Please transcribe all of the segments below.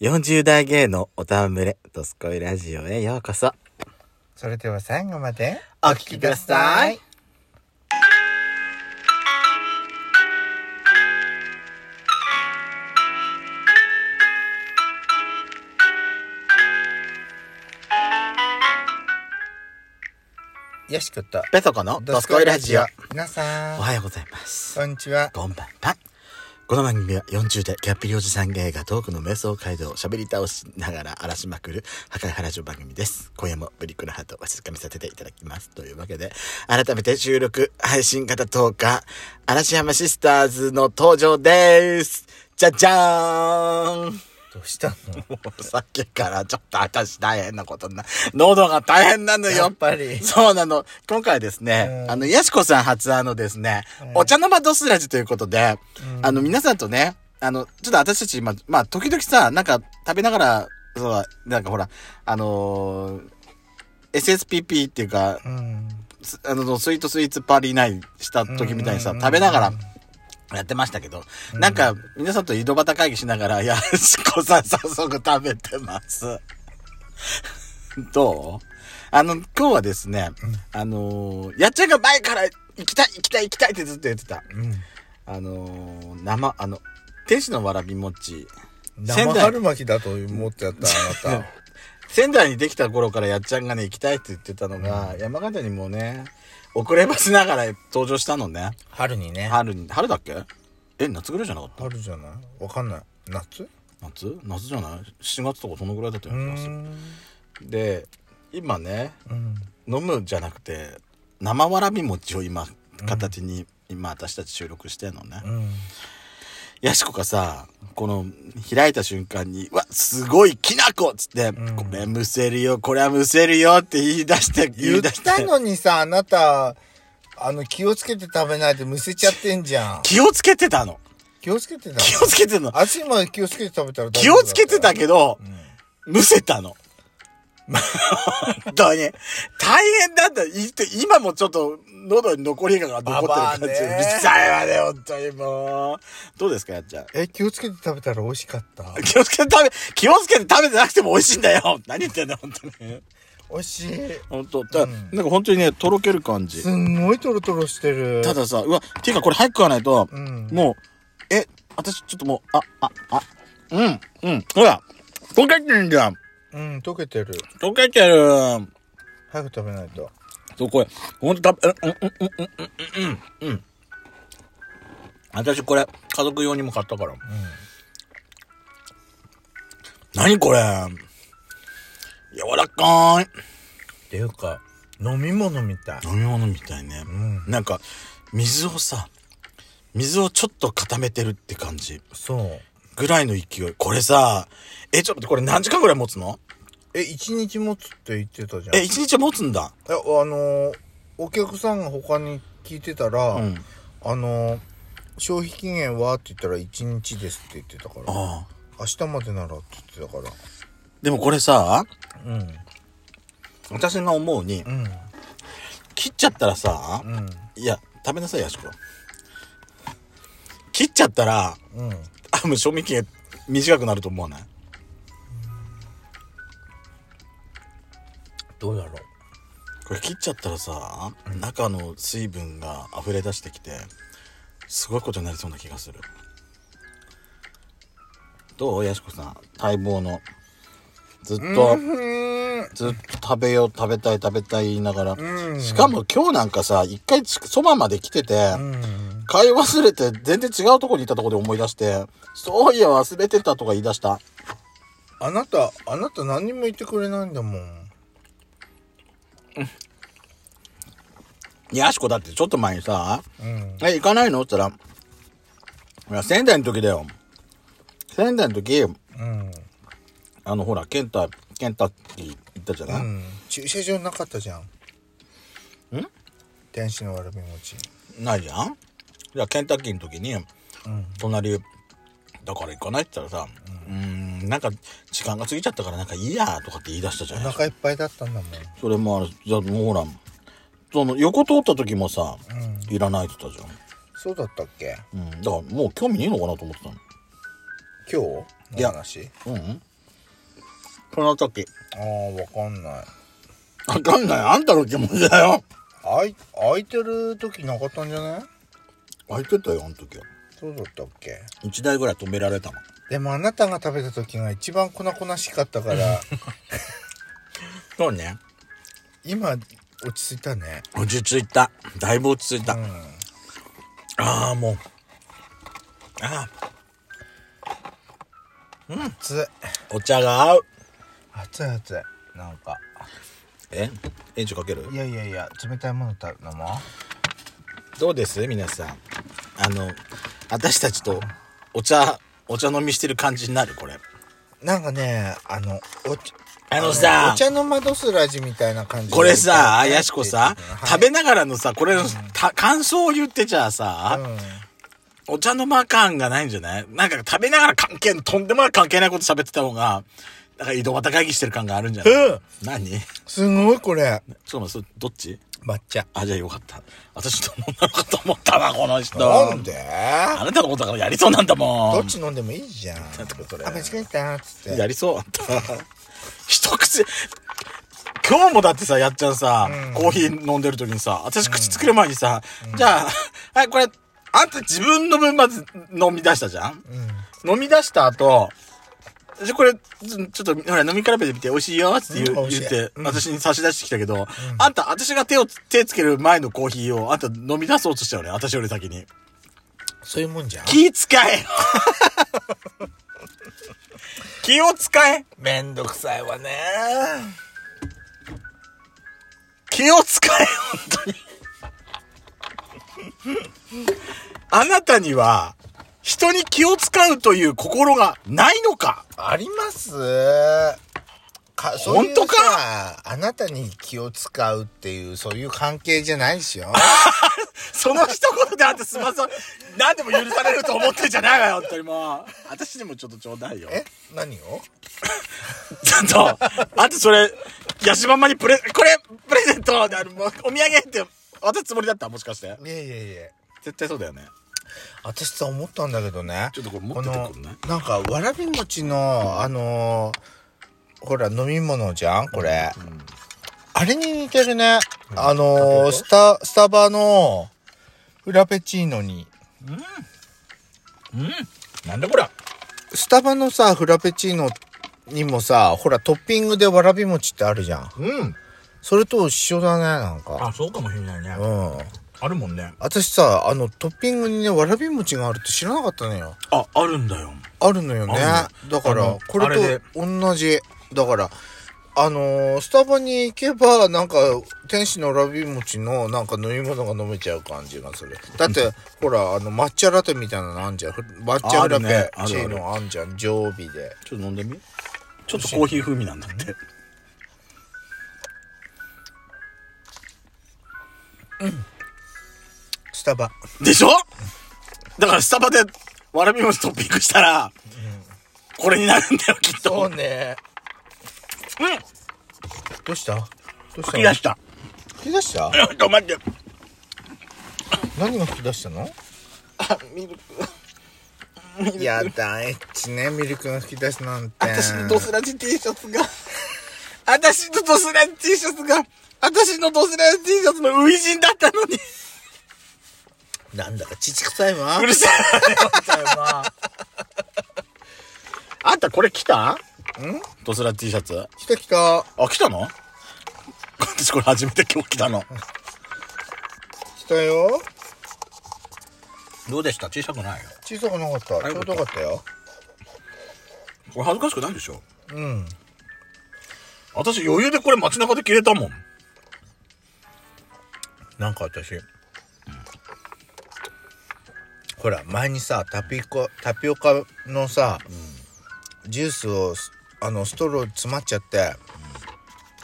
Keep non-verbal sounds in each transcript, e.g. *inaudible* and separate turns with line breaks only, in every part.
40代芸のおたんぶれ、ドスコイラジオへようこそ。
それでは最後まで
お聞きください。
よしこと
ペソコのドスコイラジオ。
皆さん
おはようございます。
こんにちは
こんばんは。この番組は40代キャッピリおじさん芸がトークの瞑想街道を喋り倒しながら荒らしまくる破壊原城番組です。今夜もブリックのハートをわしづかみさせていただきます。というわけで、改めて収録配信型10日、嵐山シスターズの登場です。じゃじゃーん
どうした
*laughs* もうさっきからちょっと私大変なことにな、喉が大変なの
の
よ。
やっぱり
そうなの。今回ですね、
うん
あの、やしこさん発案のですね、
うん
お茶の間ドスラジということで、
うん
あの、皆さんとね、あの、ちょっと私たち今、まあ、時々さ、なんか食べながら、そう、なんかほら、あのー SSPP っていうか、
うん
すあの、スイートスイーツパーリーナインした時みたいにさ、
うん
食べながらやってましたけど、
うん
なんか、皆さんと井戸端会議しながら、やしこさん早速食べてます。どうあの、今日はですね、あのーやっちゃんが前から行きたい行きたい行きたいってずっと言ってた。
うん
あのー生、あの、天使のわらび餅。仙
生
台
春巻きだと思ってやったあな
*laughs* 仙台にできた頃からやっちゃんがね、行きたいって言ってたのが、山形にもね、遅ればせながら登場したのね。
た春にね
春に、春だっけえ、夏ぐらいじゃなかった
春じゃないわかんない夏
夏夏じゃない ?7 月とかそのぐらいだったよ
う
うな気がする
ん
で、今ね、
うん
飲むじゃなくて、生わらび餅を今、形に、今私たち収録してんのね。
うん
やしこがさこの開いた瞬間に「うわすごいきな粉!」っつって「
うん
これむせるよこれはむせるよ」って言い出して言
言
い
っ
出して
たのにさあなたあの気をつけて食べないでむせちゃってんじゃん
気をつけてたの
気をつけてた
気をつけてたの
足も気をつけて食べたら大
気
丈夫
を
だ
つけてたけどむせた
*laughs*
の本当に大変だったい今もちょっと喉に残りが残ってる感じう
ババ
る
アね
さいわね本当にもうどうですかやっちゃん
え気をつけて食べたら美味しかった
気をつけて食べ気をつけて食べてなくても美味しいんだよ何言ってんだよ本当に
美味しい
本当だ、
うん
なんか本当にねとろける感じ
すんごいトロトロしてる
たださうわっていうかこれ早く食わないと、
うん
もうえ私ちょっともうあああうんうんほら溶けてるじゃん
うん溶けてる
溶けてる
早く食べないと
そうこれほんと食べうんうんうんうんうんうんうん私これ家族用にも買ったから、何これ柔らかい
っていうか飲み物みたい
飲み物みたいね、
ん
なんか水をさ水をちょっと固めてるって感じ
そう
ぐらいの勢いこれさえちょっと待ってこれ何時間ぐらい持つの
え一日持つって言ってたじゃん
え一日は持つんだ
えあのーお客さんが他に聞いてたら、
うん
あのー消費期限はって言ったら1日ですって言ってたから
ああ
明日までならって言ってたか
でもこれさ
らうん
私が思うに
うん
切っちゃったらさ
うん
いや食べなさいやしこ切っちゃったら
うん
あもう賞味期限短くなると思わない
どうだろう
これ切っちゃったらさ中の水分が溢れ出してきてすごいことになりそうな気がするどうやしこさん待望のずっと、ずっと食べよう食べたい食べたい言いながら、
うん
しかも今日なんかさ一回ちそばまで来てて、
うん
買い忘れて全然違うとこに行ったとこで思い出してそういや忘れてたとか言い出した
あなたあなた何も言ってくれないんだもん
いやしこだってちょっと前にさ
うん
え、行かないのって言ったら、いや、仙台の時だよ。仙台の時、
うん
あの、ほら、ケンタ、ケンタッキー行ったじゃ
う
ない、
ん駐車場なかったじゃん
ん
天使のわらび餅
ないじゃんじゃあ、ケンタッキーの時に、
うん
隣、だから行かないって言ったらさ、うーん、なんか、時間が過ぎちゃったから、なんかいいやとかって言い出したじゃ
お
ない
腹いっぱいだったんだもん
それもある、じゃあもうほら、その、横通った時もさ、
うん
いらないって言ったじ
そうだったっけ
ゃん。うん、だからもう興味ねえのかなと思ってたの。
今日の話
うんこの時。
あー、わかんない。
わかんない。あんたの気持ちだよ。
あい、空いてる時なかったんじゃない
開いてたよ、あの時は。
そうだったっけ
1台ぐらい止められたの。
でもあなたが食べた時が一番粉々しかっ
*laughs*
たから、
そうね。
今、落ち着いたね。
落ち着いた。だいぶ落ち着いた。
うん。
ああ、もう。あ
熱い。
あ、お茶が合う。
熱い熱い。なんか。
えエンジンかける
いやいやいや、冷たいもの食べ飲もう。
どうです皆さん。あの、私たちとお茶、お茶飲みしてる感じになるこれ。
なんかね、あの、お茶、
あのさ
お、茶の窓すらじみたいな感じ。
これさ、あやしこさ、
はい
食べながらのさ、これの、た感想を言ってちゃさ、
うん。
お茶の間感がないんじゃないなんか食べながら関係、とんでもない関係ないこと喋ってた方が、なんか井戸端会議してる感があるんじゃない、
うん
何ちょっ
すごいこれ。
と待って、それどっち
抹茶。
あ、じゃあよかった。私と飲んだのかと思ったわ、この人。
なんで
あなたのことだからやりそうなんだもん。
どっち飲んでもいいじゃん。
なんてことだよ
あ、間違えたっつって。
やりそうあん *laughs* た。一口、今日もだってさ、やっちゃんさ、コーヒー飲んでる時にさ、私口作る前にさ、じゃあ、はい、これ、あんた自分の分まず飲み出したじゃん、飲み出した後、私これ、ちょちょっと、ほら、飲み比べてみて、美味しいよって言,、
うん
う
美味し
言
い
って、私に差し出してきたけど、あんた、私が手を、手つける前のコーヒーを、あんた飲み出そうとしたよね、私より先に。
そういうもんじゃん。
気使え
*laughs*
よ気を使え
めんどくさいわね。
気を使え、本当に。あなたには、人に気を使うという心がないのか
ありますか、そういう
本当か
さあなたに気を使うっていう、そういう関係じゃないですよ。
その一言であってすまそう。何でも許されると思ってんじゃないわよ、本当にもう。私にもちょっとちょうだいよ。
え何を
ちょっと、あとそれ、ヤシママにプレ、これ、プレゼントである、もうお土産って渡すつもりだったもしかして。
いやいやいや。
絶対そうだよね。
私さ、思ったんだけどね。
ちょっとこれ持っててくんない
このなんか、わらび餅の、あのーほら、飲み物じゃんこれ。あれに似てるね。あのースタ、スタバの、フラペチーノに。
なんだこら。
スタバのさ、フラペチーノにもさ、ほら、トッピングでわらび餅ってあるじゃん。
うん。
それと一緒だね、なんか。、
そうかもしれないね
うん。
あるもんね。
私さ、あの、トッピングにね、わらび餅があるって知らなかったのよ。
あ、あるんだよ。
あるのよね。
あ
だか
あ
ら
の、
こ
あれ
れ
で
と同じ。だから、あのースタバに行けば、なんか、天使のわらび餅の、なんか飲み物が飲めちゃう感じがする。だって、
*laughs*
ほら、あの、抹茶ラテみたいなのあんじゃん。ふ抹茶
ある
ラ
ね
テ、チーノあんじゃん。常備で。
ちょっと飲んでみちょっとコーヒー風味なんだって。
スタバ。
でしょだからスタバでわらび餅トッピングしたら、これになるんだよ、きっと。
そうね。
うん
どうしたどうし
吹
た
き出した。
吹き出した
ちょっと待って。
何が吹き出し
*laughs*
たの
あ、ミルク。
やだ、エッチね、ミルクが吹き出すなんて。
私のドスラジ T シャツが、私のドスラジ T シャツが、私のドスラジ T シャツの初陣だったのに。
なんだか、乳臭いわ
う。るさい。あんたこれ来たんドスラ T シャツ。
来た来た。
あ、来たの私これ初めて今日来たの。
来たよ。
どうでした小さくないよ。
小さくなかった。ちょうどよかったよ。
これ恥ずかしくないでしょ
うん。
私余裕でこれ街中で着れたもん。
なんか私、ほら、前にさ、タピコ、タピオカのさ、ジュースをす、あの、ストロー詰まっちゃって、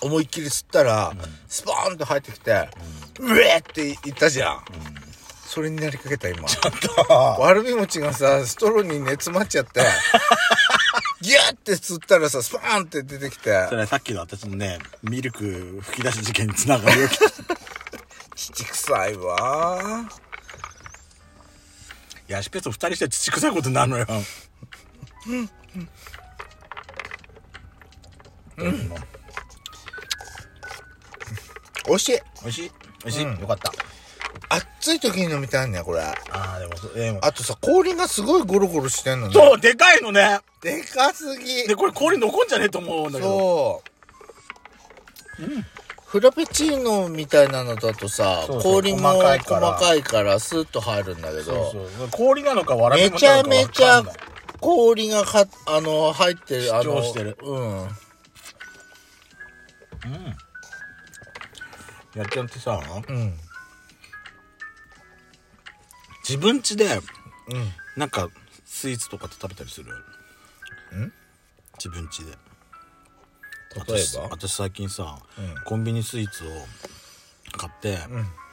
思いっきり吸ったら、スポーンと入ってきて、うえって言ったじゃん。それになりかけた今。わらび餅がさ、ストローにね、詰まっちゃ *laughs* って、ギューって吸ったらさ、スポーンって出てきて、
それさっきの私のね、ミルク吹き出し事件につな *laughs* がるよ。きっと
乳臭いわ
ヤシペソ二人して乳臭いことになるのよ。豆腐も、
美味しい
美味しい美味しい、
うん
よかった
暑い時に飲みたいねこれ
あーでもそでも
あとさ氷がすごいゴロゴロしてんのね
そうでかいのね
でかすぎ
でこれ氷残んじゃねえと思うんだけど
そう、フラペチーノみたいなのだとさ
そうそう
氷も
細
細
かいから
かいからスーッと入るんだけど
そうそう氷なのかわら
め
びも
ち
なの
ゃ
かわかんない
めちゃ氷がはあの入ってるあ
主張
の
してる
うん
やっちゃんってさ
うん
自分家で
うん
なんかスイーツとかって食べたりする自分家で
例え
私
ば
私最近さ、
うん
コンビニスイーツを買って、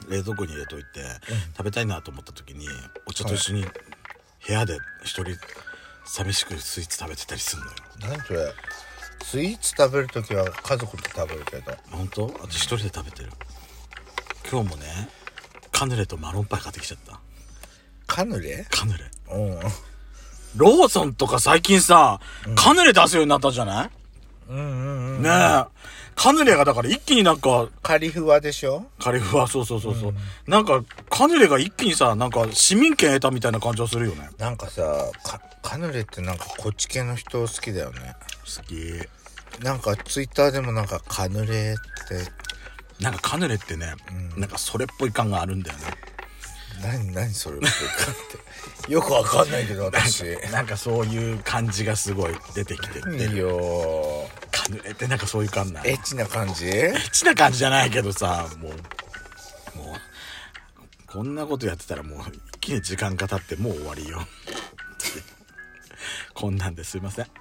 冷蔵庫に入れといて、食べたいなと思った時にお茶と一緒に部屋で一人寂しくスイーツ食べてたりするのよ
何それスイーツ食べるときは家族で食べるけど
本当私一人で食べてる今日もねカヌレとマロンパイ買ってきちゃった
カヌレ
カヌレ
うん
ローソンとか最近さ、カヌレ出すようになったじゃない、
うんうんうん
ねえカヌレがだから一気になんか
カリフワでしょ
カリフは *laughs* そうそうそうそう、なんかカヌレが一気にさなんか市民権得たみたいな感じはするよね
なんかさかカヌレってなんかこっち系の人好きだよね
好き
なんかツイッターでもなんかカヌレって
なんかカヌレってね、なんかそれっぽい感があるんだよね
何何それってってよくわかんないけど私い
*laughs* なんかそういう感じがすごい出てきてて、
いよー
カヌレってなんかそういう感ない
エッチな感じ
エッチな感じじゃないけどさもうもうこんなことやってたらもう一気に時間が経ってもう終わりよこんなんですいません